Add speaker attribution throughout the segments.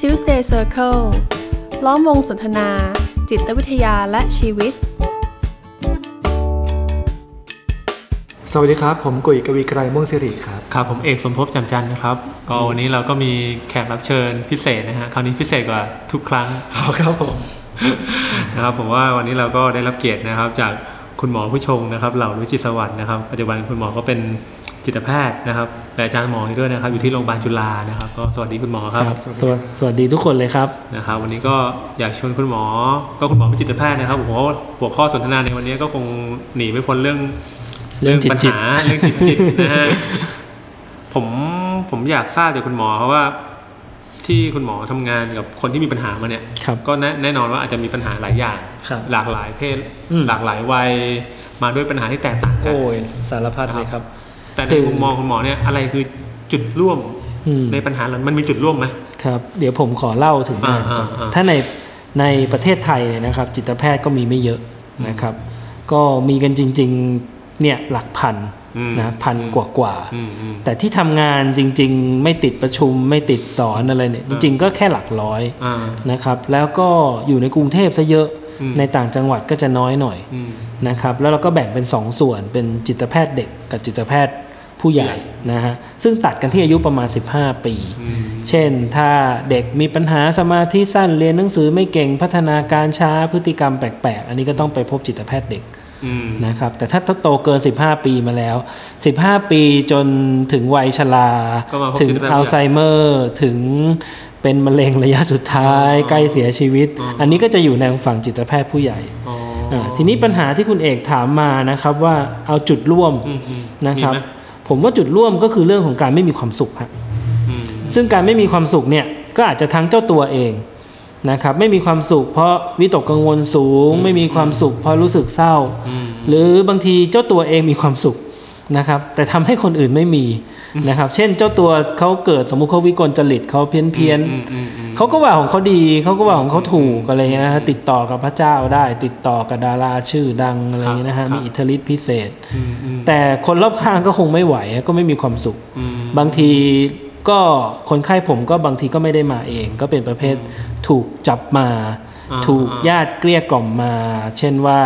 Speaker 1: Tuesday Circle ล้อมวงสนทนา จิตวิทยาและชีวิต
Speaker 2: สวัสดีครับ ผมกุยกวีไกรม่วงสิริครับ
Speaker 3: ครับผมเอกสมภพจำจันทร์นะครับก็วันนี้เราก็มีแขกรับเชิญพิเศษนะฮะคราวนี้พิเศษกว่าทุกครั้ง
Speaker 2: ครับผม
Speaker 3: นะครับผมว่าวันนี้เราก็ได้รับเกียรตินะครับ จากคุณหมอผู้ชงนะครับเหล่ารุจิตสวัสดิ์นะครับปัจจุบันคุณหมอก็เป็นจิตแพทย์นะครับและอาจารย์หมออีกด้วยนะครับอยู่ที่โรงพยาบาลจุฬานะครับก็สวัสดีคุณหมอครับ
Speaker 2: สวัสดี
Speaker 4: สวัสสวัสดีทุกคนเลยครับ
Speaker 3: นะครับวันนี้ก็อยากชวนคุณหมอ ก็คุณหมอเป็นจิตแพทย์นะครับผมว่าหัวข้อสนทนาในวันนี้ก็คงหนีไม่พ้นเรื่อง
Speaker 4: เรื่องจิต
Speaker 3: ปัญหาเรื่องจิตจิตนะฮ ะผมผมอยากทราบจากคุณหมอเพราะว่า ที่คุณหมอทำงานกับคนที่มีปัญหามาเนี่ย
Speaker 4: ครับ
Speaker 3: ก็แน่แน่นอนว่าอาจจะมีปัญหาหลายอย่าง
Speaker 4: ครับ
Speaker 3: หลากหลายเพศ
Speaker 4: อืม
Speaker 3: หลากหลายวัยมาด้วยปัญหาที่แตกต่างกัน
Speaker 4: โอ้ยสารพัดเลยครับ
Speaker 3: แต่ใน
Speaker 4: คือ
Speaker 3: มุมมองคุณหมอเนี่ยอะไรคือจุดร่วม
Speaker 4: อืม
Speaker 3: ในปัญหาเหล่านั้นมันมีจุดร่วมไหม
Speaker 4: ครับ เดี๋ยวผมขอเล่าถึง
Speaker 3: อ่าง
Speaker 4: านก่อน
Speaker 3: อ่าอ่า
Speaker 4: ถ้าในในประเทศไทยเนี่ยนะครับ จิตแพทย์ก็มีไม่เยอะนะครับ ก็มีกันจริง ๆ เนี่ยหลักพัน
Speaker 3: อืม
Speaker 4: นะพันกว่ากว่าๆ
Speaker 3: อืมอืม
Speaker 4: แต่ที่ทำงานจริง ๆ ไม่ติดประชุมไม่ติดสอนอะไรเนี่ยจ
Speaker 3: อ่า
Speaker 4: ริง ๆ ก็แค่หลักร้อย
Speaker 3: อ่า
Speaker 4: นะครับ แล้วก็อยู่ในกรุงเทพซะเยอะ
Speaker 3: อืม
Speaker 4: ในต่างจังหวัดก็จะน้อยหน่อย
Speaker 3: อืม
Speaker 4: นะครับแล้วเราก็แบ่งเป็น 2 ส่วนเป็นจิตแพทย์เด็กกับจิตแพทย์ผู้ใหญ่นะฮะซึ่งตัดกันที่อายุประมาณ 15 ปี
Speaker 3: อืม
Speaker 4: เช่นถ้าเด็กมีปัญหาสมาธิสั้นเรียนหนังสือไม่เก่งพัฒนาการช้าพฤติกรรมแปลกๆ อันนี้ก็ต้องไปพบจิตแพทย์เด็ก
Speaker 3: อืม
Speaker 4: นะครับแต่ถ้าโตเกิน 15 ปีมาแล้ว 15 ปีจนถึงวัยชรา
Speaker 3: ก็มาพบ
Speaker 4: ถึง
Speaker 3: จิตแพทย์
Speaker 4: อัลไซเมอร์ถึงเป็นมะเร็งระยะสุดท้าย
Speaker 3: อ๋อ
Speaker 4: ใกล้เสียชีวิต
Speaker 3: อ๋ออั
Speaker 4: อันนี้ก็จะอยู่ในฝั่งจิตแพทย์ผู้ใหญ่
Speaker 3: อ๋ออ
Speaker 4: อ่าทีนี้ปัญหาที่คุณเอกถามมานะครับว่าเอาจุดร่วม
Speaker 3: อืมอืม
Speaker 4: นะครับ
Speaker 3: มีไหม
Speaker 4: ผมว่าจุดร่วมก็คือเรื่องของการไม่มีความสุขฮะ
Speaker 3: อืม
Speaker 4: ซึ่งการไม่มีความสุขเนี่ยก็อาจจะทั้งเจ้าตัวเองนะครับ ไม่มีความสุข เพราะวิตกกังวลสูง ไม่มีความสุข เพราะรู้สึกเศร้า
Speaker 3: อืม
Speaker 4: หรือบางทีเจ้าตัวเองมีความสุขนะครับ แต่ทำให้คนอื่นไม่มีนะครับ เช่นเจ้าตัวเขาเกิดสมมุติเขาวิกลจริตเขาเพี้ยนเพี้ยนๆ
Speaker 3: อืมอืมอืม
Speaker 4: เขาก็ว่าของเขาดีเขาก็ว่าของเขาถูกอะไรเงี้ยนะฮะติดต่อกับพระเจ้าได้ ติดต่อกับดาราชื่อดังอะไรเงี้ยนะ
Speaker 3: ครั
Speaker 4: ฮะ
Speaker 3: บ
Speaker 4: มีอิทธิฤทธิ์พิเศษ
Speaker 3: อืมอืม
Speaker 4: แต่คนรอบข้างก็คงไม่ไหวอะก็ไม่มีความสุข
Speaker 3: อืม
Speaker 4: บางทีก็คนไข้ผมก็บางทีก็ไม่ได้มาเอง ก็เป็นประเภทถูกจับมา
Speaker 3: อ่า
Speaker 4: ถูก
Speaker 3: อ่า
Speaker 4: ญาติเกลี้ยกล่อมมา เช่นว่า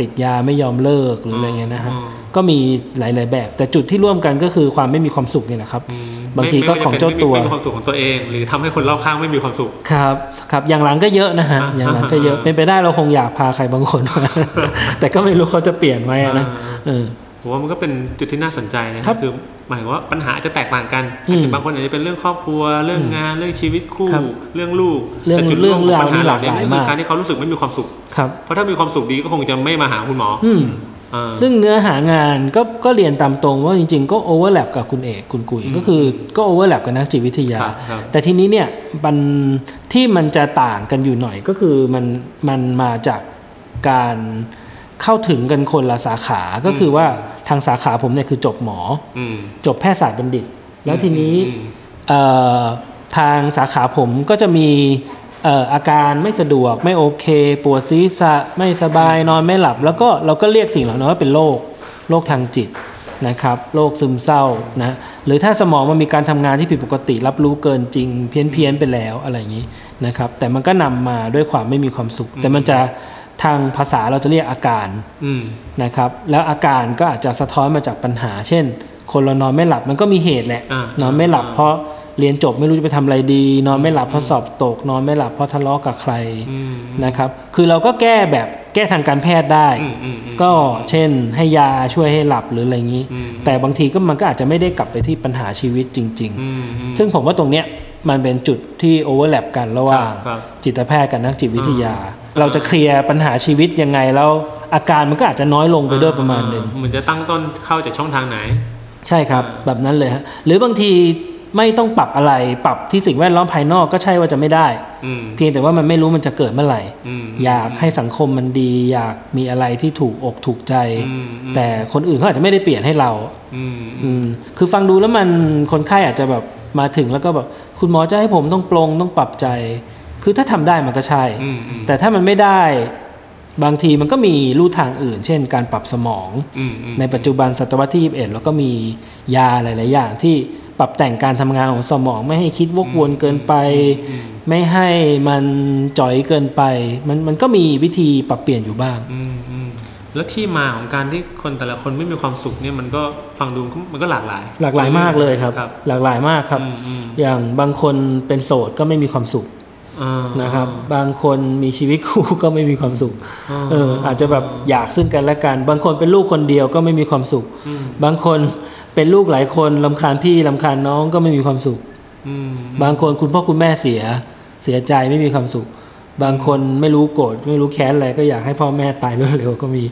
Speaker 4: ติดยาไม่ยอมเลิกหรืออะไรเงี้ยนะฮะ
Speaker 3: อ่า
Speaker 4: ก็มีหลาย ๆ แบบ แต่จุดที่ร่วมกันก็คือความไม่มีความสุขนี่แหละครับ
Speaker 3: อืม
Speaker 4: บางทีก็
Speaker 3: ไม่ไม่
Speaker 4: ของเจ้าตัว
Speaker 3: ไม่มีความสุขของตัวเอง หรือทำให้คนรอบข้างไม่มีความสุข
Speaker 4: ครับครับอย่างหลังก็เยอะนะฮะ
Speaker 3: อ่า
Speaker 4: อย่างหลังก็เยอะ
Speaker 3: อ่า
Speaker 4: เป็นไปได้เราคงอยากพาใครบางคน มา แต่ก็ไม่รู้เขาจะเปลี่ยนไหมอะนะ
Speaker 3: อ่า
Speaker 4: เออ
Speaker 3: ผมว่ามันก็เป็นจุดที่น่าสนใจนะครับคือหมายถึงว่าปัญหาอาจจะแตกต่างกัน
Speaker 4: อืม
Speaker 3: อาจจะบางคนอาจจะเป็นเรื่องครอบครัว เรื่องงานเรื่องชีวิตคู่
Speaker 4: ครับ
Speaker 3: เรื่องลูก
Speaker 4: เรื่อง
Speaker 3: แต่จุด
Speaker 4: เรื่อง
Speaker 3: วมข
Speaker 4: ราว
Speaker 3: ปัญหา
Speaker 4: นี่หลาก
Speaker 3: เนี่
Speaker 4: หลาย
Speaker 3: ไม่คือ
Speaker 4: มาก
Speaker 3: การที่เขารู้สึกไม่มีความสุข
Speaker 4: ครับ
Speaker 3: เพราะถ้ามีความสุขดีก็คงจะไม่มาหาคุณหมอ
Speaker 4: อืม
Speaker 3: อ่า
Speaker 4: ซึ่งเนื้อหางานก็ก็เรียนตามตรงว่าจริงๆ ก็โอเวอร์แลปกับคุณเอกคุณกุยก็คือก็โอเวอร์แลปกับนักจิตวิทยา
Speaker 3: ครับครับ
Speaker 4: แต่ทีนี้เนี่ยมันที่มันจะต่างกันอยู่หน่อยก็คือมันมันมาจากการเข้าถึงกันคนละสาขาก็คือว่าทางสาขาผมเนี่ยคือจบหมอ
Speaker 3: อืม
Speaker 4: จบแพทยศาสตร์บัณฑิต แล้วทีนี้
Speaker 3: อืม
Speaker 4: เอ่อทางสาขาผมก็จะมีเอ่ออาการไม่สะดวกไม่โอเค ปวดศีรษะไม่สบายนอนไม่หลับ แล้วก็เราก็เรียกสิ่งเหล่านั้นว่าเป็นโรคโรคทางจิตนะครับโรคซึมเศร้านะหรือถ้าสมองมันมีการทำงานที่ผิดปกติรับรู้เกินจริง เพี้ยนเพี้ยนๆไปแล้วอะไรอย่างนี้นะครับแต่มันก็นำมาด้วยความไม่มีความสุข แต่มันจะทางภาษาเราจะเรียกอาการ
Speaker 3: อืม
Speaker 4: นะครับแล้วอาการก็อาจจะสะท้อนมาจากปัญหา เช่น คนเรานอนไม่หลับมันก็มีเหตุแหละ
Speaker 3: อ่าน น
Speaker 4: อนไม่หลับ
Speaker 3: อ่า
Speaker 4: เพราะเรียนจบไม่รู้จะไปทำอะไรดี นอนไม่หลับเพราะสอบตก นอนไม่หลับเพราะทะเลาะกับใคร
Speaker 3: อืม
Speaker 4: นะครับคือเราก็แก้แบบแก้ทางการแพทย์ได้
Speaker 3: อืมอืมอืม
Speaker 4: ก็เช่นให้ยาช่วยให้หลับหรืออะไรอย่างนี้
Speaker 3: อืม
Speaker 4: แต่บางทีก็มันก็อาจจะไม่ได้กลับไปที่ปัญหาชีวิตจริง
Speaker 3: อืมอืม
Speaker 4: ๆ ซึ่งผมว่าตรงเนี้ยมันเป็นจุดที่โอเวอร์แลปกันระหว่าง
Speaker 3: ครับ
Speaker 4: จิตแพทย์กับนักจิตวิทยา เราจะเคลียร์ปัญหาชีวิตยังไงแล้วอาการมันก็อาจจะน้อยลงไปด้วยประมาณหนึ่ง
Speaker 3: เหมือนจะตั้งต้นเข้าจากช่องทางไหน
Speaker 4: ใช่ครับ แบบนั้นเลยฮะหรือบางทีไม่ต้องปรับอะไรปรับที่สิ่งแวดล้อมภายนอกก็ใช่ว่าจะไม่ได้
Speaker 3: อืม
Speaker 4: เพียงแต่ว่ามันไม่รู้มันจะเกิดเมื่อไหร่
Speaker 3: อืม
Speaker 4: อยากให้สังคมมันดี อยากมีอะไรที่ถูกอกถูกใจ
Speaker 3: อืมอืม
Speaker 4: แต่คนอื่นเขาอาจจะไม่ได้เปลี่ยนให้เรา
Speaker 3: อืมอืม
Speaker 4: อืมคือฟังดูแล้วมันคนไข้อาจจะแบบมาถึงแล้วก็แบบคุณหมอจะให้ผมต้องปรงต้องปรับใจ คือถ้าทำได้มันก็ใช่
Speaker 3: อืมอืม
Speaker 4: แต่ถ้ามันไม่ได้บางทีมันก็มีลู่ทางอื่น เช่น การปรับสมอง
Speaker 3: อืมอืม
Speaker 4: ในปัจจุบันศตวรรษที่ 21 แล้วก็มียาหลาย ๆ อย่างที่ ปรับแต่งการทำงานของสมอง ไม่ให้คิดวกวนเกินไป ไม่ให้มันจ่อยเกินไป มันมันก็มีวิธีปรับเปลี่ยนอยู่บ้าง
Speaker 3: อืมอืมแล้วที่มาของการที่คนแต่ละคนไม่มีความสุขเนี่ยมันก็ฟังดูก็มันก็หลากหลาย
Speaker 4: หลากหลายมากเลยครับ
Speaker 3: ครับ
Speaker 4: หลากหลายมากครับ
Speaker 3: อืมอืม
Speaker 4: อย่างบางคนเป็นโสดก็ไม่มีความสุข
Speaker 3: อ่า
Speaker 4: นะครับ บางคนมีชีวิตคู่ ก็ไม่มีความสุข
Speaker 3: า
Speaker 4: เอออาจจะแบบอยากซึ่งกันและกัน บางคนเป็นลูกคนเดียวก็ไม่มีความสุข
Speaker 3: อืม
Speaker 4: บางคนเป็นลูกหลายคนลำคาญพี่ลำคาญน้องก็ไม่มีความสุข
Speaker 3: อืม
Speaker 4: บางคนคุณพ่อคุณแม่เสียเสียใจไม่มีความสุข บางคนไม่รู้โกรธไม่รู้แค้นอะไรก็อยากให้พ่อแม่ตายเร็วๆก็มี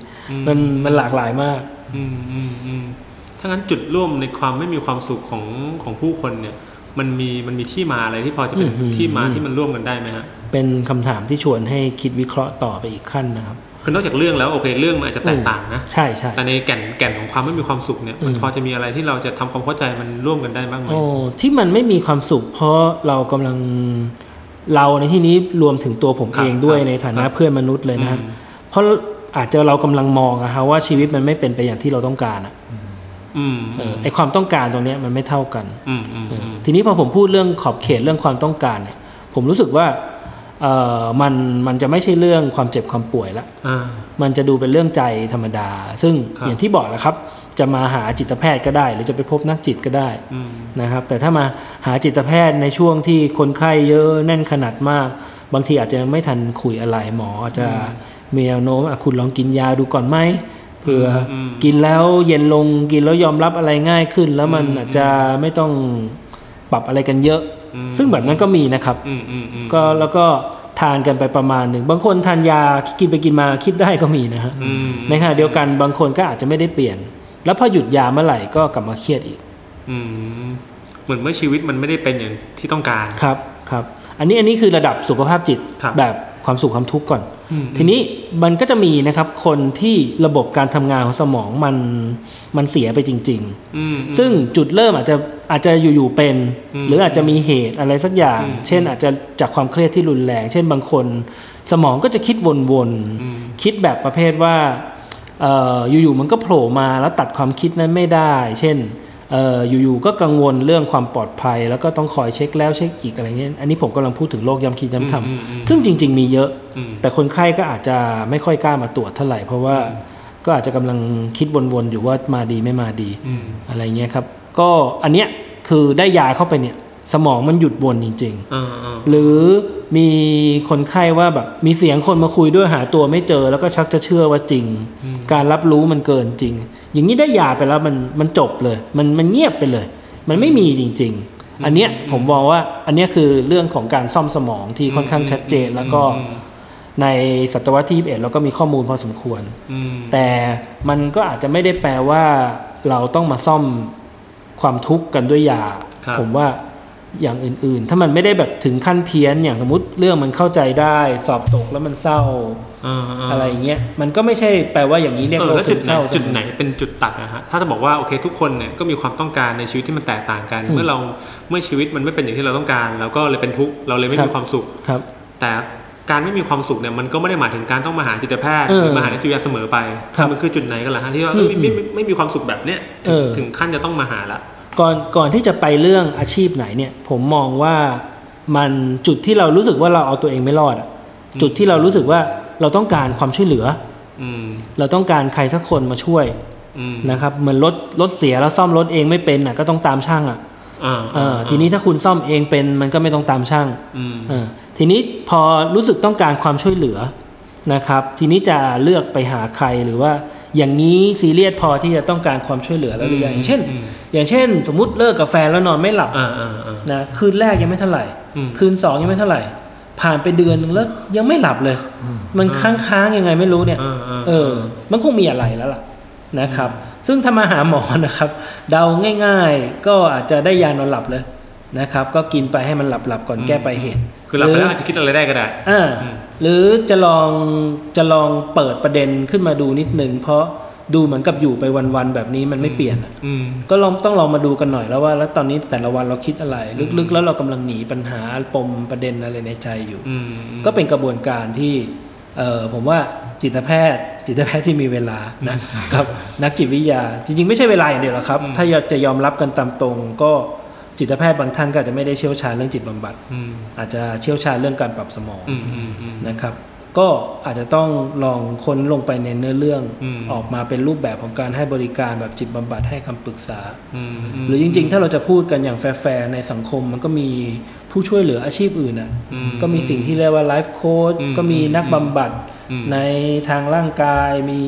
Speaker 4: มันมันหลากหลายมาก
Speaker 3: อืมอืมอืมถ้างั้นจุดร่วมในความไม่มีความสุขของของผู้คนเนี่ย มันมีมันมีที่มาอะไรที่พอจะเป็น
Speaker 4: อืมอืม
Speaker 3: ที่มาที่มันร่วมกันได้ไหมฮะ
Speaker 4: เป็นคำถามที่ชวนให้คิดวิเคราะห์ต่อไปอีกขั้นนะครับ
Speaker 3: คือนอกจากเรื่องแล้วโอเคเรื่องมันอาจจะแตกต่างนะ
Speaker 4: ใช่ใช่
Speaker 3: แต่ในแก่นแก่นของความไม่มีความสุขเนี่ยมันพอจะมีอะไรที่เราจะทำความเข้าใจมันร่วมกันได้บ้างไหม
Speaker 4: โอ้ที่มันไม่มีความสุข เพราะเรากำลังเราในที่นี้รวมถึงตัวผมเองด้วยในฐานะเพื่อนมนุษย์เลยนะฮะเพราะอาจจะเรากำลังมองอะฮะว่าชีวิตมันไม่เป็นไปอย่างที่เราต้องการอะ
Speaker 3: อืม
Speaker 4: เอ
Speaker 3: อื
Speaker 4: อ
Speaker 3: ม
Speaker 4: ไอความต้องการตรงเนี้ยมันไม่เท่ากัน
Speaker 3: อืมอืมอืม
Speaker 4: ทีนี้พอผมพูดเรื่องขอบเขตเรื่องความต้องการเนี่ย ผมรู้สึกว่าเออมันมันจะไม่ใช่เรื่องความเจ็บความป่วยละ
Speaker 3: อ่า
Speaker 4: มันจะดูเป็นเรื่องใจธรรมดา ซึ่ง
Speaker 3: ครับ
Speaker 4: อย่างที่บอกแหล้วครับ จะมาหาจิตแพทย์ก็ได้ หรือจะไปพบนักจิตก็ได้
Speaker 3: อืม
Speaker 4: นะครับแต่ถ้ามาหาจิตแพทย์ในช่วงที่คนไข้เยอะแน่นขนาดมาก บางทีอาจจะไม่ทันคุยอะไรหมออาจจะมีแนวโน้มอ่ะคุณลองกินยาดูก่อนไหมเผื่ออ
Speaker 3: ม
Speaker 4: กินแล้วเย็นลงกินแล้วยอมรับอะไรง่ายขึ้น แล้วมันอาจจะไม่ต้องปรับอะไรกันเยอะ ซึ่งแบบนั้นก็มีนะครับ
Speaker 3: อืมอืมอืม
Speaker 4: ก็แล้วก็ทานกันไปประมาณหนึ่ง บางคนทานยากินไปกินมาคิดได้ก็มีนะฮะ
Speaker 3: อืม
Speaker 4: ในขณะเดียวกันบางคนก็อาจจะไม่ได้เปลี่ยน แล้วพอหยุดยาเมื่อไหร่ก็กลับมาเครียดอีก
Speaker 3: อืมเหมือนเมื่อชีวิตมันไม่ได้เป็นอย่างที่ต้องการ
Speaker 4: ครับครับอันนี้อันนี้คือระดับสุขภาพจิต
Speaker 3: ครับ
Speaker 4: แบบความสุขความทุกข์ก่อน
Speaker 3: อืม
Speaker 4: ทีนี้มันก็จะมีนะครับคนที่ระบบการทำงานของสมองมันมันเสียไปจริง
Speaker 3: อืม
Speaker 4: ๆ ซึ่งจุดเริ่มอาจจะอาจจะอยู่ๆเป็น
Speaker 3: อืม
Speaker 4: หรืออาจจะมีเหตุอะไรสักอย่าง
Speaker 3: อืม
Speaker 4: เช่นอาจจะจากความเครียดที่รุนแรง เช่นบางคน สมองก็จะคิดวน
Speaker 3: อืม
Speaker 4: ๆคิดแบบประเภทว่าเอ่ออยู่ๆมันก็โผล่มาแล้วตัดความคิดนั้นไม่ได้ เช่นเอ่ออยู่ๆก็กังวลเรื่องความปลอดภัย แล้วก็ต้องคอยเช็คแล้วเช็คอีกอะไรเงี้ยอันนี้ผมกำลังพูดถึงโรคย้ำคิดย้ำท
Speaker 3: อืมอืม
Speaker 4: ำซึ่งจริง ๆ มีเยอะ
Speaker 3: อืม
Speaker 4: แต่คนไข้ก็อาจจะไม่ค่อยกล้ามาตรวจเท่าไหร่ เพราะว่าก็อาจจะกำลังคิดวนๆอยู่ว่ามาดีไม่มาดี
Speaker 3: อืม
Speaker 4: อะไรเงี้ยครับ ก็อันเนี้ยคือได้ยาเข้าไปเนี่ยสมองมันหยุดวนจริง ๆ
Speaker 3: อ่าอ่า
Speaker 4: หรือมีคนไข้ว่าแบบมีเสียงคนมาคุยด้วยหาตัวไม่เจอ แล้วก็ชักจะเชื่อว่าจริง การรับรู้มันเกินจริง อย่างนี้ได้ยาไปแล้วมันมันจบเลย มันมันเงียบไปเลย มันไม่มีจริง ๆ อันเนี้ยผมมองว่าอันเนี้ยคือเรื่องของการซ่อมสมองที่ค่อนข้างชัดเจน แล้วก็ในศตวรรษที่21เราก็มีข้อมูลพอสมควร
Speaker 3: อืม
Speaker 4: แต่มันก็อาจจะไม่ได้แปลว่าเราต้องมาซ่อมความทุกข์กันด้วยยา ผมว่าอย่างอื่นๆ ถ้ามันไม่ได้แบบถึงขั้นเพี้ยนอย่างสมมติเรื่องมันเข้าใจได้ สอบตกแล้วมันเศร้า
Speaker 3: อ่าอ่า
Speaker 4: อะไรอย่างเงี้ยมันก็ไม่ใช่แปลว่าอย่างนี้เรียก
Speaker 3: เออ
Speaker 4: โรค
Speaker 3: แล้ว
Speaker 4: ซึ
Speaker 3: จุด
Speaker 4: ม
Speaker 3: ไห
Speaker 4: เศ
Speaker 3: น
Speaker 4: ร้า
Speaker 3: จุดไหนเป็นจุดตัดนะฮะถ้าจะบอกว่าโอเคทุกคนเนี่ยก็มีความต้องการในชีวิตที่มันแตกต่างกัน เมื่อเราเมื่อชีวิตมันไม่เป็นอย่างที่เราต้องการเราก็เลยเป็นทุกข์เราเลยไม่มีความสุข
Speaker 4: ครับ
Speaker 3: แต่การไม่มีความสุขเนี่ยมันก็ไม่ได้หมายถึงการต้องมาหาจิตแพทย์
Speaker 4: เออ
Speaker 3: หรือมาหาจิตวิทยาเสมอไป
Speaker 4: ครับ
Speaker 3: มันคือจุดไหนกันล่ะฮะที่ว่าเอ้ย
Speaker 4: อืม
Speaker 3: ไม่ไม่ไม่มีความสุขแบบเนี้ยถึง
Speaker 4: เออ
Speaker 3: ถึงขั้นจะต้องมาหาละ
Speaker 4: ก่อนก่อนที่จะไปเรื่องอาชีพไหนเนี่ย ผมมองว่ามันจุดที่เรารู้สึกว่าเราเอาตัวเองไม่รอดอะจุดที่เรารู้สึกว่าเราต้องการความช่วยเหลือ
Speaker 3: อืม
Speaker 4: เราต้องการใครสักคนมาช่วย
Speaker 3: อืม
Speaker 4: นะครับเหมือนรถรถเสียแล้วซ่อมรถเองไม่เป็นอ่ะก็ต้องตามช่างอ่ะ
Speaker 3: อ่า
Speaker 4: เออทีนี้ถ้าคุณซ่อมเองเป็นมันก็ไม่ต้องตามช่าง
Speaker 3: อืม
Speaker 4: เออทีนี้พอรู้สึกต้องการความช่วยเหลือนะครับ ทีนี้จะเลือกไปหาใครหรือว่าอย่างนี้ซีเรียสพอที่จะต้องการความช่วยเหลือแล้วหรือยังอย่างเช่น
Speaker 3: อืม
Speaker 4: อย่างเช่น สมมติเลิกกับแฟนแล้วนอนไม่หลับ
Speaker 3: อ่าอ่าอ่า
Speaker 4: นะคืนแรกยังไม่เท่าไหร่
Speaker 3: อืม
Speaker 4: คืนสองยังไม่เท่าไหร่ ผ่านไปเดือนนึงแล้วยังไม่หลับเลย มันค้างๆยังไงไม่รู้เนี่ย
Speaker 3: เออเออ
Speaker 4: เออ มันคงมีอะไรแล้วล่ะนะครับ ซึ่งถ้ามาหาหมอนะครับ เดาง่ายๆ ก็อาจจะได้ยานอนหลับเลยนะครับ ก็กินไปให้มันหลับๆก่อนแก้ไปเหตุ
Speaker 3: คือหลับไปแล้ว
Speaker 4: ห
Speaker 3: อาจจะคิดอะไรได้ก็ได้
Speaker 4: อ่า
Speaker 3: อืม
Speaker 4: หรือจะลองจะลองเปิดประเด็นขึ้นมาดูนิดนึง เพราะดูเหมือนกับอยู่ไปวันๆแบบนี้มันไม่เปลี่ยนอะ
Speaker 3: อืม
Speaker 4: ก็ลองต้องลองมาดูกันหน่อยแล้วว่า แล้วตอนนี้แต่ละวันเราคิดอะไร ลึกๆ แล้วเรากำลังหนีปัญหาปมประเด็นอะไรในใจอยู่
Speaker 3: อืม
Speaker 4: ก็เป็นกระบวนการที่เออผมว่าจิตแพทย์ จิตแพทย์ที่มีเวลา นะครับ นักจิตวิทยา จริงๆ ไม่ใช่เวลาอย่างเดียวหรอกครับ ถ้าอยากจะยอมรับกันตามตรงก็ จิตแพทย์บางท่านก็อาจจะไม่ได้เชี่ยวชาญเรื่องจิตบำบัด
Speaker 3: อืม
Speaker 4: อาจจะเชี่ยวชาญเรื่องการปรับสมอง
Speaker 3: อืมอืมอืม
Speaker 4: นะครับ ก็อาจจะต้องลองค้นลงไปในเนื้อเรื่อง
Speaker 3: อืม
Speaker 4: ออกมาเป็นรูปแบบของการให้บริการแบบจิตบำบัดให้คำปรึกษา
Speaker 3: อืม
Speaker 4: หรือจริงๆ ถ้าเราจะพูดกันอย่างแฟร์ๆในสังคมมันก็มีผู้ช่วยเหลืออาชีพอื่นอ่ะ
Speaker 3: อื
Speaker 4: ก็มีสิ่งที่เรียกว่าไลฟ์โค้ช
Speaker 3: อืม
Speaker 4: ก็มีนักบำบัด
Speaker 3: อืม
Speaker 4: ในทางร่างกายมี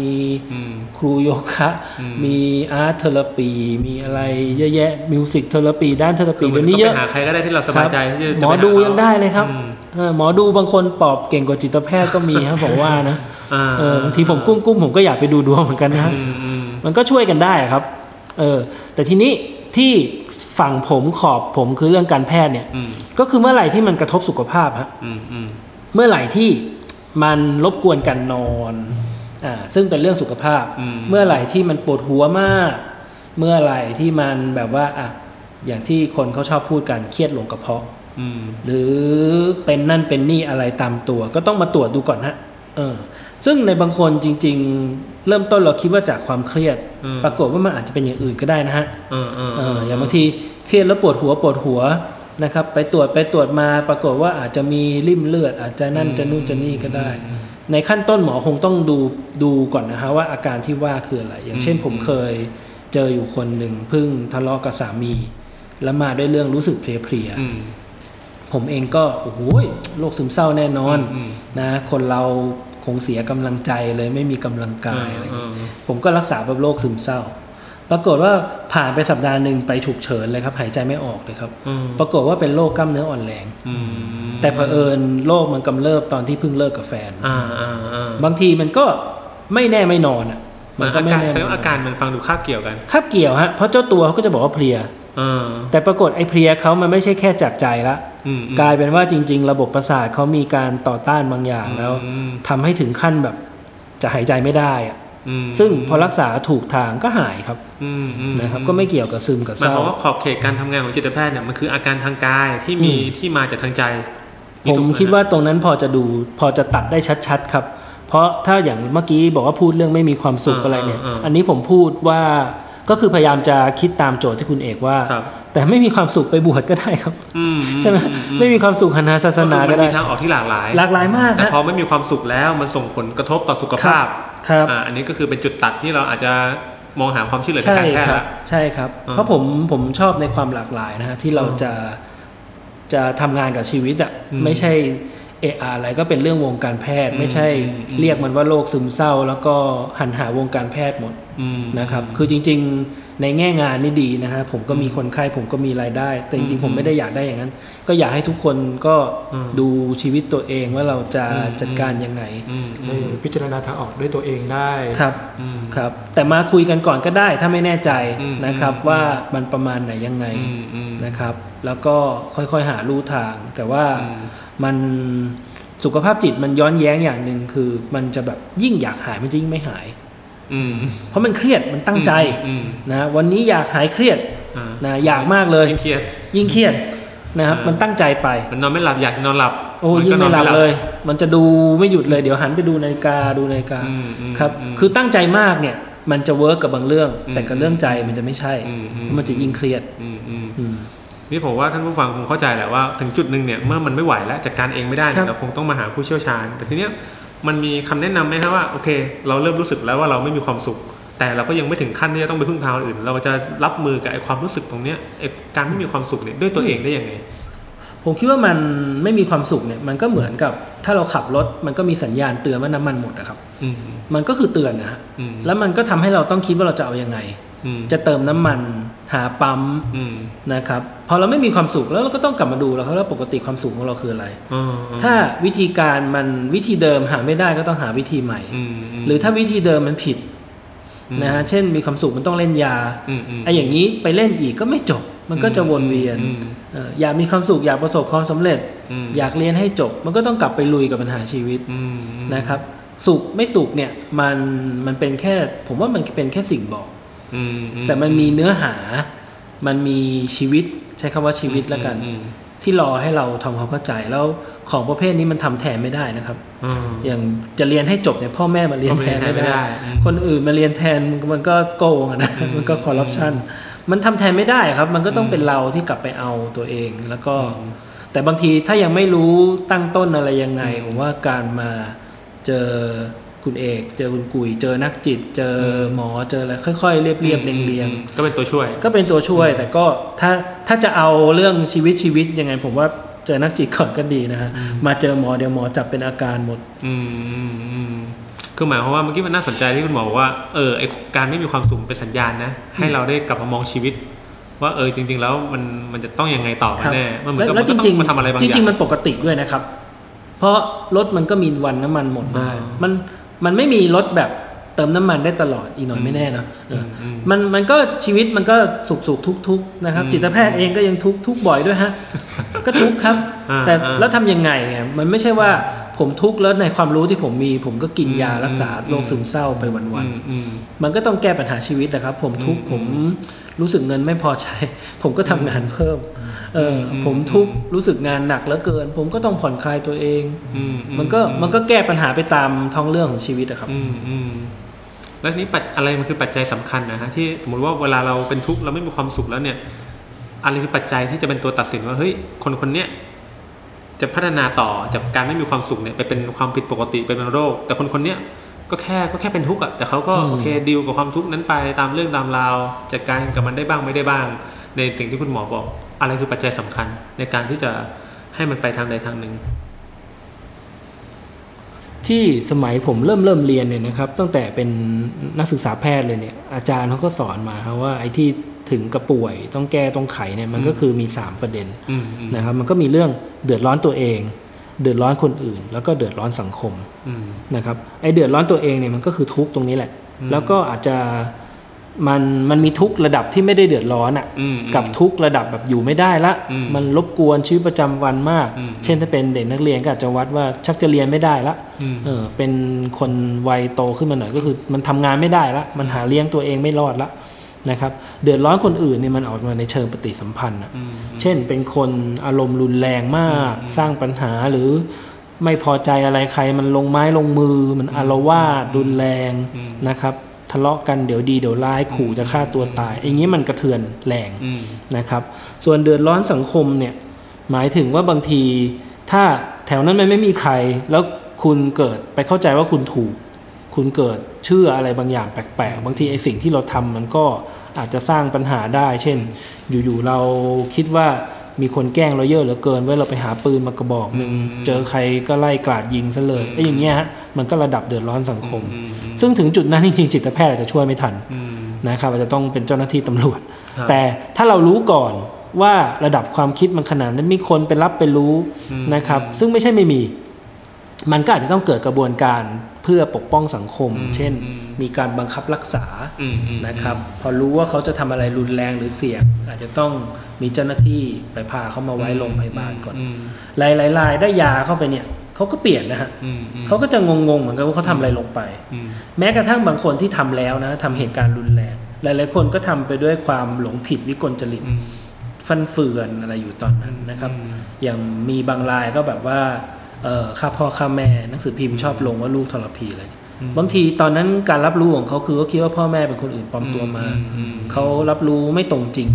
Speaker 3: อืม
Speaker 4: ครูโยคะ
Speaker 3: อืม
Speaker 4: มีอาร์ตเทอราปีมีอะไรเยอะแยะมิวสิกเทอราปีด้านเทอรา
Speaker 3: คื
Speaker 4: ปี
Speaker 3: อ
Speaker 4: เดี๋ยว
Speaker 3: นี้
Speaker 4: นี้
Speaker 3: เย
Speaker 4: เย
Speaker 3: อะ
Speaker 4: อะ
Speaker 3: หาใครก็ได้ที่เราสบายใจที่จะ
Speaker 4: หมอ
Speaker 3: ไปา
Speaker 4: ดู
Speaker 3: เขา
Speaker 4: ยังได้เลยครับ
Speaker 3: อืม
Speaker 4: เออหมอดูบางคนปอบเก่งกว่าจิตแพทย์ก็มีครับ ผมว่านะ
Speaker 3: อ่า
Speaker 4: เออบางทีผมกุ้มกุ้มๆผมก็อยากไปดูดวงเหมือนกันนะ
Speaker 3: อืมอืม
Speaker 4: มันก็ช่วยกันได้อะครับ เออ แต่ทีนี้ที่ฝั่งผมขอบผมคือเรื่องการแพทย์เนี่ย
Speaker 3: อืม
Speaker 4: ก็คือเมื่อไหร่ที่มันกระทบสุขภาพฮะ
Speaker 3: อืมอืม
Speaker 4: เมื่อไหร่ที่มันรบกวนการนอน อ่า ซึ่งเป็นเรื่องสุขภาพ
Speaker 3: อืม
Speaker 4: เมื่อไหร่ที่มันปวดหัวมาก เมื่อไหร่ที่มันแบบว่า อ่ะ อย่างที่คนเขาชอบพูดกันเครียดลงกระเพาะ
Speaker 3: อืม
Speaker 4: หรือเป็นนั่นเป็นนี่อะไรตามตัว ก็ต้องมาตรวจดูก่อนฮะ เออ ซึ่งในบางคนจริง ๆ เริ่มต้นเราคิดว่าจากความเครียด
Speaker 3: อืม
Speaker 4: ปรากฏว่ามันอาจจะเป็นอย่างอื่นก็ได้นะฮะ
Speaker 3: เออเออ
Speaker 4: เอ
Speaker 3: เอ
Speaker 4: อ
Speaker 3: อ
Speaker 4: อย่างบางทีเครียดแล้วปวดหัวปวดหัวนะครับ ไปตรวจไปตรวจมาปรากฏว่าอาจจะมีริ่มเลือด อาจจะนั่นจะนู่นจะนี่ก็ได้ ในขั้นต้นหมอคงต้องดูดูก่อนนะฮะว่าอาการที่ว่าคืออะไร อย่างเช่นผมเคยเจออยู่คนหนึ่งเพิ่งทะเลาะกับสามี แล้วมาด้วยเรื่องรู้สึกเพลียๆ
Speaker 3: อืม
Speaker 4: ผมเองก็โอ้โหยโรคซึมเศร้าแน่นอน
Speaker 3: อืมอืม
Speaker 4: นะคนเราคงเสียกำลังใจเลยไม่มีกำลังกายอะไร
Speaker 3: เอ
Speaker 4: เงี้ย
Speaker 3: อเออ
Speaker 4: ผมก็รักษาแบบโรคซึมเศร้า ปรากฏว่าผ่านไปสัปดาห์หนึ่งไปฉุกเฉินเลยครับ หายใจไม่ออกเลยครับ
Speaker 3: เออ
Speaker 4: ปรากฏว่าเป็นโรคกล้ามเนื้ออ่อนแรง
Speaker 3: อืม
Speaker 4: แต่เผอิญโรคมันกำเริบตอนที่เพิ่งเลิกกับแฟน
Speaker 3: อ่าอ่าอ่า
Speaker 4: บางทีมันก็ไม่แน่ไม่นอนอ่ะ
Speaker 3: เหมือน
Speaker 4: ก็
Speaker 3: อา
Speaker 4: ไม่
Speaker 3: การ
Speaker 4: แน่
Speaker 3: แสดงว่าอาการมันฟังดูคาบเกี่ยวกัน
Speaker 4: คาบเกี่ยวฮะเพราะเจ้าตัวเขาก็จะบอกว่าเพลีย
Speaker 3: เออ
Speaker 4: แต่ปรากฏไอ้เพลียเขามันไม่ใช่แค่จากใจละ
Speaker 3: อืมอืม
Speaker 4: กลายเป็นว่าจริง ๆ ระบบประสาทเขามีการต่อต้านบางอย่างแล้ว
Speaker 3: อืม
Speaker 4: ทำให้ถึงขั้นแบบจะหายใจไม่ได้อะ
Speaker 3: อืม
Speaker 4: ซึ่งพอรักษาถูกทางก็หายครับ
Speaker 3: อืมอืม
Speaker 4: นะครับก็ไม่เกี่ยวกับซึมกับ
Speaker 3: ห
Speaker 4: เศ
Speaker 3: มายค
Speaker 4: ร้า
Speaker 3: วามว่าขอบเขตการทำงานของจิตแพทย์เนี่ยมันคืออาการทางกายที่มี
Speaker 4: อืม
Speaker 3: ที่มาจากทางใจ
Speaker 4: ผม
Speaker 3: ถูกไห
Speaker 4: คิดว่าตรงนั้นพอจะดูพอจะตัดได้ชัด ๆ ครับ เพราะถ้าอย่างเมื่อกี้บอกว่าพูดเรื่องไม่มีความสุขอะไรเนี่ย อันนี้ผมพูดว่าก็คือพยายามจะคิดตามโจทย์ที่คุณเอกว่า
Speaker 3: ครับ
Speaker 4: แต่ไม่มีความสุขไปบวชก็ได้ครับ
Speaker 3: อืม
Speaker 4: ใช่ไหม
Speaker 3: อือื
Speaker 4: ไม่มีความสุขหันหาศาสนา
Speaker 3: ก็
Speaker 4: ก็
Speaker 3: คือมัน
Speaker 4: ได้
Speaker 3: มีทางออกที่หลากหลาย
Speaker 4: หลากหลายมาก
Speaker 3: แต่
Speaker 4: ฮะ
Speaker 3: พอไม่มีความสุขแล้วมันส่งผลกระทบต่อสุขภาพ
Speaker 4: ครับ
Speaker 3: อ่าอันนี้ก็คือเป็นจุดตัดที่เราอาจจะมองหาความช่วยเหลือทาง
Speaker 4: ใช่
Speaker 3: การแพทย์
Speaker 4: ครั
Speaker 3: ละ
Speaker 4: บใช่ครับ
Speaker 3: อ่า
Speaker 4: เพราะผมผมชอบในความหลากหลายนะฮะที่เรา
Speaker 3: อ่า
Speaker 4: จะจะทำงานกับชีวิตอ่ะ
Speaker 3: อืม
Speaker 4: ไม่ใช่เอะอะไรก็เป็นเรื่องวงการแพทย์
Speaker 3: อืม
Speaker 4: ไม่ใช่
Speaker 3: อืม
Speaker 4: เรียกมันว่าโรคซึมเศร้า แล้วก็หันหาวงการแพทย์หมด
Speaker 3: อืม
Speaker 4: นะครับ คือจริง ๆในแง่งานนี่ดีนะฮะผมก็มีคนไข้ผมก็มีรายได้ แต่จริง
Speaker 3: อืม
Speaker 4: ๆผมไม่ได้อยากได้อย่างนั้น ก็อยากให้ทุกคนก็
Speaker 3: อืม
Speaker 4: ดูชีวิตตัวเองว่าเราจะ
Speaker 3: อืม
Speaker 4: จัดการยังไง
Speaker 3: อืมอื
Speaker 2: ได้
Speaker 3: ม
Speaker 2: พิจารณาทางออกด้วยตัวเองได้
Speaker 4: ครับ
Speaker 3: อืม
Speaker 4: ครับแต่มาคุยกันก่อนก็ได้ถ้าไม่แน่ใจ
Speaker 3: อืม
Speaker 4: นะครับ
Speaker 3: อืม
Speaker 4: ว่ามันประมาณไหนยังไง
Speaker 3: อืมอืม
Speaker 4: นะครับ แล้วก็ค่อยๆหาลู่ทาง แต่ว่า
Speaker 3: อืม
Speaker 4: มันสุขภาพจิตมันย้อนแย้งอย่างหนึ่งคือ มันจะแบบยิ่งอยากหายมันจะยิ่งไม่หาย
Speaker 3: อืม
Speaker 4: เพราะมันเครียดมันตั้งใจ
Speaker 3: อืม
Speaker 4: นะวันนี้อยากหายเครียด
Speaker 3: อ่า
Speaker 4: นะอยากมากเลย
Speaker 3: ยิ่งเครียด
Speaker 4: ยิ่งเครียดนะครับ
Speaker 3: อ่ามั
Speaker 4: มันตั้งใจไป
Speaker 3: มันนอนไม่หลับอยากนอนหลับ
Speaker 4: โอ้ย
Speaker 3: น
Speaker 4: ยิ่
Speaker 3: ก็
Speaker 4: ง
Speaker 3: น
Speaker 4: ไม่
Speaker 3: อน
Speaker 4: หลับเลย มันจะดูไม่หยุดเลยเดี๋ยวหันไปดูนาฬิกาดูนาฬิกา
Speaker 3: อืมอืม
Speaker 4: ครับ
Speaker 3: ม
Speaker 4: คือตั้งใจมากเนี่ย มันจะเวิร์กกับบางเรื่อง
Speaker 3: อืม
Speaker 4: แต่กับเรื่องใจมันจะไม่ใช่
Speaker 3: อืมอืม
Speaker 4: มันจะยิ่งเครียด
Speaker 3: อืมอืม
Speaker 4: อืม
Speaker 3: นี่ผมว่าท่านผู้ฟังคงเข้าใจแหละว่าถึงจุดหนึ่งเนี่ยเมื่อมันไม่ไหวแล้วจัดการเองไม่ได้เนี่
Speaker 4: ครั
Speaker 3: ย
Speaker 4: บ
Speaker 3: เราคงต้องมาหาผู้เชี่ยวชาญ แต่ทีเนี้ยมันมีคำแนะนำไหมครับว่าโอเค เราเริ่มรู้สึกแล้วว่าเราไม่มีความสุข แต่เราก็ยังไม่ถึงขั้นที่จะต้องไปพึ่งพาคนอื่น เราจะรับมือกับไอ้ความรู้สึกตรงเนี้ยไอ้การไม่มีความสุขเนี่ยด้วยตัวเองได้ยังไง
Speaker 4: ผมคิดว่ามันไม่มีความสุขเนี่ย มันก็เหมือนกับถ้าเราขับรถมันก็มีสัญญาณเตือนว่าน้ำมันหมดนะครับ
Speaker 3: อืม
Speaker 4: มันก็คือเตือนนะฮะ
Speaker 3: อืม
Speaker 4: แล้วมันก็ทำให้เราต้องคิดว่าเราจะเอายังไง
Speaker 3: อืม
Speaker 4: จะเติมน้ำมันหาปั๊ม
Speaker 3: อืม
Speaker 4: นะครับพอเราไม่มีความสุขแล้วเราก็ต้องกลับมาดูแล้วครับว่าปกติความสุขของเราคืออะไร
Speaker 3: เออเออ
Speaker 4: ถ้าวิธีการมันวิธีเดิมหาไม่ได้ก็ต้องหาวิธีใหม่
Speaker 3: อืมม
Speaker 4: หรือถ้าวิธีเดิมมันผิด
Speaker 3: อืม
Speaker 4: นะฮะเช่นมีความสุขมันต้องเล่นยา
Speaker 3: อืมอืม
Speaker 4: ไอ้อย่างนี้ไปเล่นอีกก็ไม่จบ มันก็จะวนเวียน
Speaker 3: อืม
Speaker 4: เอ่ออยากมีความสุขอยากประสบความสำเร็จ
Speaker 3: อืม
Speaker 4: อยากเรียนให้จบ มันก็ต้องกลับไปลุยกับปัญหาชีวิต
Speaker 3: อืมอืม
Speaker 4: นะครับ สุขไม่สุขเนี่ยมันมันเป็นแค่ผมว่ามันเป็นแค่สิ่งบอก
Speaker 3: อืมอื
Speaker 4: แต่มันมีเนื้อหา มันมีชีวิตใช้คำว่าชีวิตแล้วกัน
Speaker 3: อืม
Speaker 4: ที่รอให้เราทำความเข้าใจแล้วของประเภทนี้มันทำแทนไม่ได้นะครับ
Speaker 3: อืม
Speaker 4: อย่างจะเรียนให้จบเนี่ยพ่อแม่มาเรียนแทนไม่
Speaker 3: พ่อแม่เรียนแทนไม่ได้
Speaker 4: ได้
Speaker 3: อืม
Speaker 4: คนอื่นมาเรียนแทนมันก็โกงอะนะ
Speaker 3: อืม
Speaker 4: มันก็คอร์รัปชัน มันทำแทนไม่ได้ครับ มันก็ต้องเป็นเราที่กลับไปเอาตัวเอง แล้วก็ แต่บางทีถ้ายังไม่รู้ตั้งต้นอะไรยังไงผมว่าการมาเจอคุณเอก เจอคุณกุย เจอนักจิต เจอหมอเจออะไรค่อยๆเรียบเรียบๆเรียง
Speaker 3: อืมก็เป็นตัวช่วย
Speaker 4: ๆก็เป็นตัวช่วย แต่ก็ถ้าถ้าจะเอาเรื่องชีวิตชีวิตยังไง ผมว่าเจอนักจิตก่อนก็ดีนะฮะมาเจอหมอเดี๋ยวหมอจับเป็นอาการหมด
Speaker 3: อืมอืมอืมคือหมายความว่าเมื่อกี้มันน่าสนใจที่คุณหมอบอกว่าเออไอการไม่มีความสุขเป็นสัญญาณนะ ให้เราได้กลับมามองชีวิต ว่าเออจริง ๆ แล้วมันมันจะต้องยังไงต่อ
Speaker 4: ค
Speaker 3: กัน
Speaker 4: รับ
Speaker 3: แน่มันเหมือนกับ
Speaker 4: แล้
Speaker 3: มั
Speaker 4: ว
Speaker 3: นก็ต้องมาทำอะไรบางอ
Speaker 4: จ
Speaker 3: ย่าง
Speaker 4: ริงๆมันปกติด้วยนะครับ เพราะรถมันก็มีวันน้ำมันหมดได้
Speaker 3: อ่ามั
Speaker 4: มันมันไม่มีรถแบบเติมน้ำมันได้ตลอดอีกหน่อย
Speaker 3: อืม
Speaker 4: ไม่แน่นะเอออ
Speaker 3: ม
Speaker 4: มันมันก็ชีวิตมันก็สุขสุขทุกทุกๆนะครับ
Speaker 3: อืม
Speaker 4: จิตแพทย์เองก็ยังทุกข์ทุกข์บ่อยด้วย ฮะ ก็ทุกข์ครับ
Speaker 3: อ่า
Speaker 4: แต่
Speaker 3: อ่า
Speaker 4: แล้วทำยังไงไงมันไม่ใช่ว่าผมทุกข์แล้วในความรู้ที่ผมมี ผมก็กินยา
Speaker 3: อืม
Speaker 4: รักษา
Speaker 3: อืม
Speaker 4: โรคซึมเศร้าไปวัน
Speaker 3: อื
Speaker 4: ๆ
Speaker 3: มอืม
Speaker 4: มันก็ต้องแก้ปัญหาชีวิตนะครับ ผมทุกข์
Speaker 3: อืม
Speaker 4: ผมรู้สึกเงินไม่พอใช้ ผมก็ทำงานเพิ่มเอออ
Speaker 3: ม
Speaker 4: ผมทุกข์รู้สึกงานหนักเหลือเกิน ผมก็ต้องผ่อนคลายตัวเอง
Speaker 3: อือื
Speaker 4: มันก็
Speaker 3: อื
Speaker 4: มันก็แก้ปัญหาไปตามท้องเรื่องของชีวิตอะครับ
Speaker 3: อืมอืมแล้วทีนี้ปัจอะไรมันคือปัจจัยสำคัญนะฮะที่สมมติว่าเวลาเราเป็นทุกข์เราไม่มีความสุขแล้วเนี่ย อะไรคือปัจจัยที่จะเป็นตัวตัดสินว่าเฮ้ยคนคนเนี้ยจะพัฒนาต่อจากการไม่มีความสุขเนี่ยไปเป็นความผิดปกติไปเป็นโรค แต่คนคนเนี้ยก็แค่ก็แค่เป็นทุกข์อะแต่เขาก็
Speaker 4: อืม
Speaker 3: โอเคดีลกับความทุกข์นั้นไปตามเรื่องตามราวจัดการกับมันได้บ้างไม่ได้บ้าง ในสิ่งที่คุณหมอบอก อะไรคือปัจจัยสำคัญ ในการที่จะให้มันไปทางใดทางหนึ่ง
Speaker 4: ที่สมัยผมเริ่มเริ่มเรียนเนี่ยนะครับ ตั้งแต่เป็นนักศึกษาแพทย์เลยเนี่ย อาจารย์เขาก็สอนมาครับว่าไอ้ที่ถึงกระป่วยต้องแก้ต้องไขเนี่ยมันก็คือมี 3 ประเด็น
Speaker 3: อืมอืม
Speaker 4: นะครับมันก็มีเรื่องเดือดร้อนตัวเอง เดือดร้อนคนอื่น แล้วก็เดือดร้อนสังคม
Speaker 3: อืม
Speaker 4: นะครับไอเดือดร้อนตัวเองเนี่ยมันก็คือทุกข์ตรงนี้แหละ
Speaker 3: อืม
Speaker 4: แล้วก็อาจจะมันมันมีทุกข์ระดับที่ไม่ได้เดือดร้อนอะ่ะ
Speaker 3: อืมอืม
Speaker 4: กับทุกข์ระดับแบบอยู่ไม่ได้ละ
Speaker 3: อืม
Speaker 4: นรบกวนชีวิตประจำวันมาก
Speaker 3: อืม
Speaker 4: เช่นถ้าเป็นเด็กนักเรียนก็อาจจะวัดว่าชักจะเรียนไม่ได้ละ
Speaker 3: อืม
Speaker 4: เออเป็นคนวัยโตขึ้นมาหน่อยก็คือ มันทำงานไม่ได้ละมันหาเลี้ยงตัวเองไม่รอดละนะครับเดือดร้อนคนอื่นเนี่ยมันออกมาในเชิงปฏิสัมพันธ์อะ
Speaker 3: อืม
Speaker 4: เช่นเป็นคนอารมณ์รุนแรงมาก สร้างปัญหาหรือไม่พอใจอะไรใครมันลงไม้ลงมือ มันอารวาดรุนแรง
Speaker 3: อืม
Speaker 4: นะครับ ทะเลาะกันเดี๋ยวดีเดี๋ยวร้ายขู่จะฆ่าตัวตายอย่างนี้มันกระเทือนแรง
Speaker 3: อืม
Speaker 4: นะครับ ส่วนเดือดร้อนสังคมเนี่ยหมายถึงว่าบางที ถ้าแถวนั้นมันไม่มีใคร แล้วคุณเกิดไปเข้าใจว่าคุณถูก คุณเกิดเชื่ออะไรบางอย่างแปลกๆ บางทีไอ้สิ่งที่เราทำมันก็อาจจะสร้างปัญหาได้ เช่น อยู่ๆเราคิดว่ามีคนแกล้งเราเยอะเหลือเกินไว้ยเราไปหาปืนมากระบอกหนึ่ง
Speaker 3: อืม
Speaker 4: เจอใครก็ไล่กราดยิงซะเลย
Speaker 3: อืม
Speaker 4: ไอ้อย่างเงี้ยฮะมันก็ระดับเดือดร้อนสังคม
Speaker 3: อืม
Speaker 4: ซึ่งถึงจุดนั้นจริงๆจิตแพทย์อาจจะช่วยไม่ทัน
Speaker 3: อืม
Speaker 4: นะครับอาจจะต้องเป็นเจ้าหน้าที่ตำรวจ
Speaker 3: ครับ
Speaker 4: แต่ถ้าเรารู้ก่อนว่าระดับความคิดมันขนาดนั้นมีคนไปรับไปรู้
Speaker 3: อืม
Speaker 4: นะครับ ซึ่งไม่ใช่ไม่มี มันก็อาจจะต้องเกิดกระบวนการเพื่อปกป้องสังคม
Speaker 3: อืม
Speaker 4: เช่น
Speaker 3: อืม
Speaker 4: มีการบังคับรักษา
Speaker 3: อืมอืม
Speaker 4: นะครับ พอรู้ว่าเขาจะทำอะไรรุนแรงหรือเสี่ยง อาจจะต้องมีเจ้าหน้าที่ไปพาเขามาไว้โรงพยาบาลก่อน
Speaker 3: อืม
Speaker 4: หลายๆรายได้ยาเข้าไปเนี่ย เขาก็เปลี่ยนนะฮะ
Speaker 3: อืมอืม
Speaker 4: เขาก็จะงงๆเหมือนกันว่าเขาทำอะไรลงไป
Speaker 3: อืม
Speaker 4: แม้กระทั่งบางคนที่ทำแล้วนะทำเหตุการณ์รุนแรง หลาย ๆ คนก็ทำไปด้วยความหลงผิดวิกลจริต
Speaker 3: อืม
Speaker 4: ฟันเฟือนอะไรอยู่ตอนนั้นนะครับ
Speaker 3: อืม
Speaker 4: อย่างมีบางรายก็แบบว่าเอ่อฆ่าพ่อฆ่าแม่หนังสือพิมพ์ชอบลงว่าลูกทรพีอะไรบางทีตอนนั้นการรับรู้ของเขาคือเขาคิดว่าพ่อแม่เป็นคนอื่นปลอมตัวมา
Speaker 3: อืม
Speaker 4: เขารับรู้ไม่ตรงจริง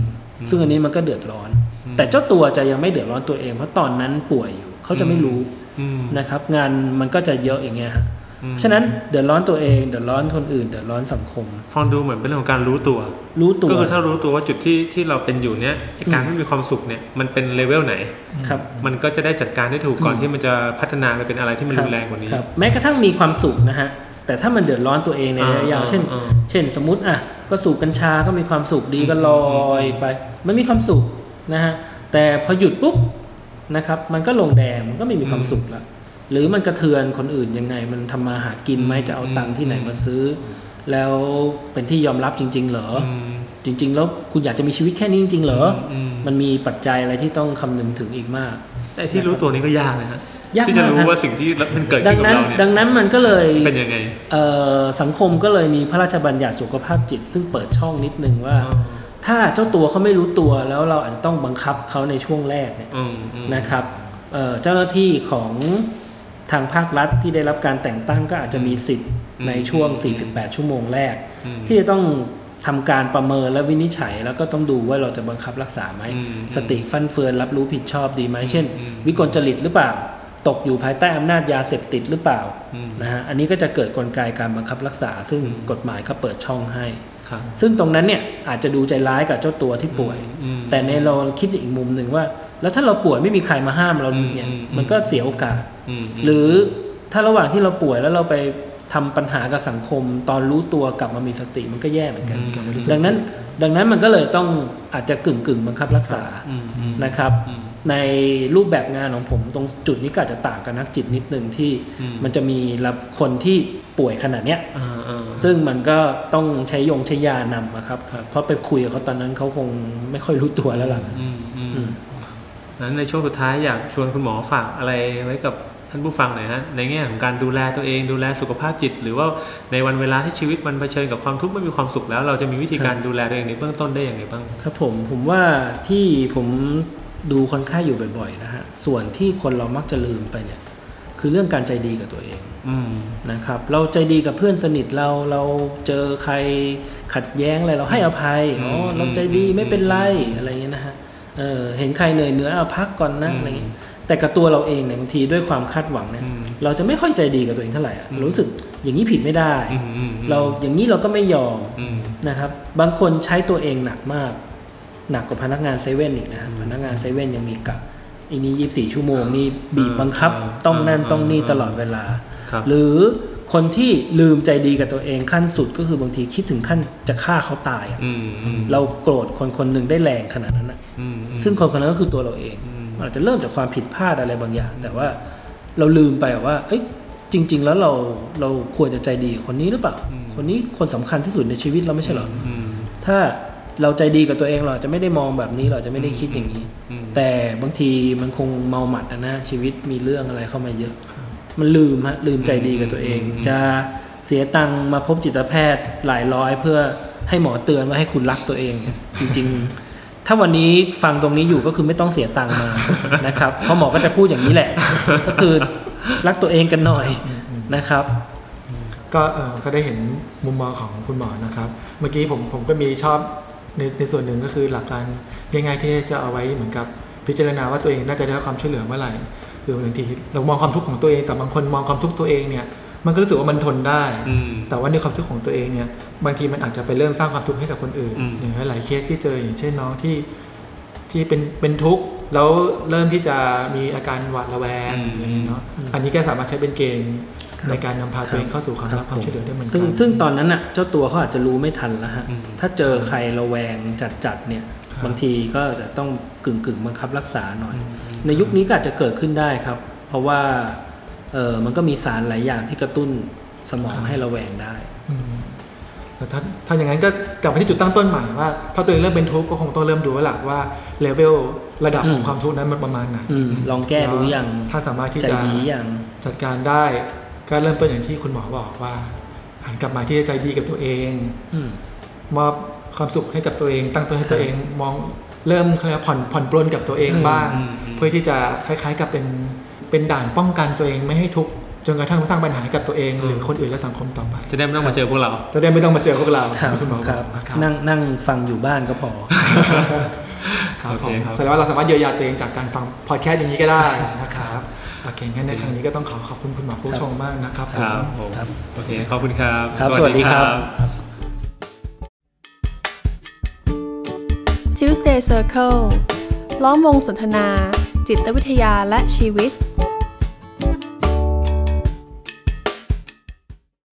Speaker 4: ซึ่งอันนี้มันก็เดือดร้อน
Speaker 3: อืม
Speaker 4: แต่เจ้าตัวจะยังไม่เดือดร้อนตัวเอง เพราะตอนนั้นป่วยอยู่ เขาจะไม่รู้
Speaker 3: อืม
Speaker 4: นะครับ งานมันก็จะเยอะอย่างเงี้ยฮะ
Speaker 3: อืม
Speaker 4: ฉะนั้นเดือดร้อนตัวเองเดือดร้อนคนอื่น เดือดร้อนสังคม
Speaker 3: ฟังดูเหมือนเป็นเรื่องของการรู้ตัว
Speaker 4: รู้ตัว
Speaker 3: ก็คือถ้ารู้ตัวว่าจุดที่ที่เราเป็นอยู่เนี้ยไอ้การไม่มีความสุขเนี่ยมันเป็นเลเวลไหน
Speaker 4: ครับ
Speaker 3: มันก็จะได้จัดการได้ถูกก่อนที่มันจะพัฒนาไปเป็นอะไรที่มันรุนแรงกว่านี้
Speaker 4: คบแม้กระทั่งมีความสุขนะฮะ แต่ถ้ามันเดือดร้อนตัวเองในระยะยาว
Speaker 3: อ่า
Speaker 4: เช่น
Speaker 3: อ่า
Speaker 4: เช่น สมมติอ่ะก็สูบกัญชาก็มีความสุขดีก็ลอยไป มันมีความสุขนะฮะ แต่พอหยุดปุ๊บนะครับ มันก็ลงแดงมันก็ไม่มีความสุขละ หรือมันกระเทือนคนอื่นยังไง มันทำมาหากินไหมจะเอาตังค์ที่ไหนมาซื้อ แล้วเป็นที่ยอมรับจริง ๆ เหรอ จริง ๆ แล้วคุณอยากจะมีชีวิตแค่นี้จริง ๆ เหรอ
Speaker 3: อืม
Speaker 4: มันมีปัจจัยอะไรที่ต้องคำนึงถึงอีกมาก
Speaker 3: แต่ที่รู้ตัวนี้ก็ยากนะฮะ
Speaker 4: ยากมาก
Speaker 3: ที่จะรู้
Speaker 4: ครับ
Speaker 3: ว่าสิ่งที่มันเกิด
Speaker 4: ดั
Speaker 3: ขึ้นกั
Speaker 4: ง
Speaker 3: บ
Speaker 4: นั้น
Speaker 3: เราเนี่ย
Speaker 4: ดังนั้นมันก็เลย
Speaker 3: เป็นยังไง
Speaker 4: เอ่อสังคมก็เลยมีพระราชบัญญัติสุขภาพจิต ซึ่งเปิดช่องนิดนึงว่า
Speaker 3: อ๋อ
Speaker 4: ถ้าเจ้าตัวเขาไม่รู้ตัวแล้วเราอาจจะต้องบังคับเขาในช่วงแรกเนี่ย
Speaker 3: อืมอืม
Speaker 4: นะครับเอ่อเจ้าหน้าที่ของทางภาครัฐที่ได้รับการแต่งตั้งก็อาจจะมีสิทธิ์ในช่วง
Speaker 3: อืม
Speaker 4: 48 ชั่วโมงแรก
Speaker 3: อืม
Speaker 4: ที่จะต้อง ทำการประเมินและวินิจฉัย แล้วก็ต้องดูว่าเราจะบังคับรักษาไหม
Speaker 3: อืม
Speaker 4: สติฟั่นเฟือนรับรู้ผิดชอบดีไหมเช่น
Speaker 3: อืม
Speaker 4: วิกลจริตหรือเปล่า ตกอยู่ภายใต้อำนาจยาเสพติดหรือเปล่า
Speaker 3: อืม
Speaker 4: นะฮะอันนี้ก็จะเกิดกลไกการบังคับรักษา ซึ่งกฎหมายก็เปิดช่องให้
Speaker 3: ครับ
Speaker 4: ซึ่งตรงนั้นเนี่ยอาจจะดูใจร้ายกับเจ้าตัวที่ป่วย
Speaker 3: อืม
Speaker 4: แต่ในเราคิดอีกมุมหนึ่งว่า แล้วถ้าเราป่วยไม่มีใครมาห้ามเราเนี่ย
Speaker 3: อืมอืม
Speaker 4: มันก็เสียโอกาส
Speaker 3: อืมอืม
Speaker 4: หรือถ้าระหว่างที่เราป่วยแล้วเราไปทำปัญหากับสังคม ตอนรู้ตัวกลับมามีสติมันก็แย่เหมือนกัน
Speaker 3: อืม
Speaker 4: ดังนั้นดังนั้นมันก็เลยต้องอาจจะกึ่งกึ่งๆบังคับรักษา
Speaker 3: อืมอืม
Speaker 4: นะครับ
Speaker 3: อืม
Speaker 4: ในรูปแบบงานของผมตรงจุดนี้ก็อาจจะต่างกับนักจิตนิดนึงที่
Speaker 3: อืม
Speaker 4: มันจะมีรับคนที่ป่วยขนาดเนี้ย
Speaker 3: อ่าอ่า
Speaker 4: ซึ่งมันก็ต้องใช้ยงใช้ยานำอะครับ เพราะไปคุยกับเขาตอนนั้นเขาคงไม่ค่อยรู้ตัวแล้วล่ะ
Speaker 3: อืมอืม
Speaker 4: อืม
Speaker 3: นั้นในช่วงสุดท้ายอยากชวนคุณหมอฝากอะไรไว้กับท่านผู้ฟังหน่อยฮะในแง่ของการดูแลตัวเองดูแลสุขภาพจิต หรือว่าในวันเวลาที่ชีวิตมันเผชิญกับความทุกข์ไม่มีความสุขแล้ว เราจะมีวิธีการดูแลตัวเองในเบื้องต้นได้อย่างไรบ้าง
Speaker 4: ครับผมผมว่าที่ผมดูคนไข้อยู่บ่อยๆนะฮะส่วนที่คนเรามักจะลืมไปเนี่ย คือเรื่องการใจดีกับตัวเอง
Speaker 3: อืม
Speaker 4: นะครับ เราใจดีกับเพื่อนสนิทเราเราเจอใครขัดแย้งอะไรเราให้อภัยอ๋ออ
Speaker 3: ม
Speaker 4: เราใจดี
Speaker 3: อืม
Speaker 4: ไม่เป็นไร
Speaker 3: อืม
Speaker 4: อะไรเงี้ยนะฮะเออเห็นใครเหนื่อยเหนื้อยเอาพักก่อนนะ
Speaker 3: อืม
Speaker 4: อะไรเงี้ยแต่กับตัวเราเองเนี่ยบางทีด้วยความคาดหวังเนี่ย
Speaker 3: อืม
Speaker 4: เราจะไม่ค่อยใจดีกับตัวเองเท่าไหร่อะ
Speaker 3: อืม
Speaker 4: รู้สึกอย่างนี้ผิดไม่ได้
Speaker 3: อืมอืมอืม
Speaker 4: เราอย่างนี้เราก็ไม่ยอม
Speaker 3: อืม
Speaker 4: นะครับบางคนใช้ตัวเองหนักมาก หนักกว่าพนักงานเซเว่นอีกนะฮะพนักงานเซเว่นยังมีกะอีนี้ยีบสี่ชั่วโมงนี่บีบบังคับ
Speaker 3: เออ
Speaker 4: ต้องนั่น
Speaker 3: เออ
Speaker 4: ต้องนี่
Speaker 3: เออ
Speaker 4: ตลอดเวลา
Speaker 3: ครับ
Speaker 4: หรือคนที่ลืมใจดีกับตัวเองขั้นสุดก็คือบางทีคิดถึงขั้นจะฆ่าเขาตายอะ
Speaker 3: อืมอืม
Speaker 4: เราโกรธคนคนหนึ่งได้แรงขนาดนั้นนะ
Speaker 3: อืมอืม
Speaker 4: ซึ่งคนคนนั้นก็คือตัวเราเอง
Speaker 3: อืม
Speaker 4: มันอาจจะเริ่มจากความผิดพลาดอะไรบางอย่าง แต่ว่าเราลืมไปว่าเอ้ยจริง ๆ แล้วเราเราควรจะใจดีกับคนนี้หรือเปล่า คนนี้คนสำคัญที่สุดในชีวิตเราไม่ใช่เหรอ
Speaker 3: อืม
Speaker 4: ถ้าเราใจดีกับตัวเองเราอาจจะไม่ได้มองแบบนี้เราอาจจะไม่ได้คิดอย่างนี้
Speaker 3: อืม
Speaker 4: แต่บางทีมันคงเมาหมัดอะนะชีวิตมีเรื่องอะไรเข้ามาเยอะ มันลืมฮะลืมใจดีกับตัวเอง จะเสียตังค์มาพบจิตแพทย์หลายร้อยเพื่อให้หมอเตือนว่าให้คุณรักตัวเองเนี่ยจริง ๆ ถ้าวันนี้ฟังตรงนี้อยู่ก็คือไม่ต้องเสียตังค์มา นะครับเพราะหมอก็จะพูดอย่างนี้แหละ ก็คือรักตัวเองกันหน่อยนะครับ
Speaker 2: ก็เออก็ได้เห็นมุมมองของคุณหมอนะครับ เมื่อกี้ผมผมก็มีชอบในในส่วนหนึ่งก็คือหลักการง่ายๆที่จะเอาไว้เหมือนกับพิจารณาว่าตัวเองน่าจะได้รับความช่วยเหลือเมื่อไหร่หรือบางทีเรามองความทุกข์ของตัวเองแต่บางคนมองความทุกข์ตัวเองเนี่ยมันก็รู้สึกว่ามันทนได้
Speaker 3: อืม
Speaker 2: แต่ว่าในความทุกข์ของตัวเองเนี่ยบางทีมันอาจจะไปเริ่มสร้างความทุกข์ให้กับคนอื่น
Speaker 3: อืม
Speaker 2: อย่างหลายๆเคสที่เจออย่างเช่นน้องที่ที่เป็นเป็นทุกข์แล้วเริ่มที่จะมีอาการหวาดระแวงอะไรอย่างเงี้ยเนาะอันนี้ก็สามารถใช้เป็นเกณฑ์ในการนำพาตัวเองเข้าสู่ความรักความช่วยเหลือได้เหมือนกั
Speaker 4: ซึ่
Speaker 2: น
Speaker 4: งซึ่งตอนนั้นน่ะเจ้าตัวเขาอาจจะรู้ไม่ทันแล้วฮะ
Speaker 3: อืม
Speaker 4: ถ้าเจอใครระแวงจัดๆเนี่ย
Speaker 2: ครับ
Speaker 4: บางทีก็จะต้องกึ่งกึ่งๆบังคับรักษาหน่อย ในยุคนี้ก็อาจจะเกิดขึ้นได้ครับ เพราะว่าเออมันก็มีสารหลายอย่างที่กระตุ้นสมองให้ระแวงได้
Speaker 2: อืมแต่ถ้าถ้าอย่างนั้นก็กลับไปที่จุดตั้งต้นใหม่ว่าถ้าตัวเองเริ่มเป็นทุกข์ก็คงต้องเริ่มดูว่าหลักว่าเลเวลระดับของ
Speaker 4: อืม
Speaker 2: ความทุกข์นั้นมันประมาณไหน
Speaker 4: อืมลองแก้ดูยัง
Speaker 2: แล้วถ้าสามารถที่
Speaker 4: ใจ
Speaker 2: จะ
Speaker 4: ดียัง
Speaker 2: จัดการได้ก็เริ่มต้นอย่างที่คุณหมอบอกว่าหันกลับมาที่จะใจดีกับตัวเอง
Speaker 4: อืม
Speaker 2: มอบความสุขให้กับตัวเอง ตั้งตัวให้ตัวเองมองเริ่มเขาเรียกว่าผ่อนผ่อนปลนกับตัวเอง
Speaker 4: อืม
Speaker 2: บ้าง
Speaker 3: อืมอืม
Speaker 2: เพื่อที่จะคล้ายๆกับเป็นเป็นด่านป้องกันตัวเองไม่ให้ทุกข์จนกระทั่งสร้างปัญหาให้กับตัวเอง หรือคนอื่นและสังคมต่อไป
Speaker 3: จะได้ไม่ต้องมาเจอพวกเรา
Speaker 2: จะได้ไม่ต้องมาเจอพวกเรา
Speaker 4: ครับ
Speaker 2: คุณหมอ
Speaker 4: ค
Speaker 2: บ
Speaker 4: รั
Speaker 2: อบ กนะครับ
Speaker 4: นั่งนั่งฟังอยู่บ้านก็พอ
Speaker 2: ครับผ
Speaker 3: โอเค
Speaker 2: ม
Speaker 3: ครับ
Speaker 2: แสดงว่าเราสามารถเยียวยาตัวเองจากการฟังพอดแคสต์อย่างนี้ก็ได้นะครับโอเคงั้นในครั้งนี้ก็ต้องขอขอบคุณคุณหมอผู้ชมมากนะครับผม
Speaker 3: ครับผม
Speaker 4: ครับ
Speaker 3: โอเคขอบคุณครับ
Speaker 4: ครับสวัสดีครับ
Speaker 1: Tuesday Circle ล้อมวงสนทนา จิตวิทยาและชีวิต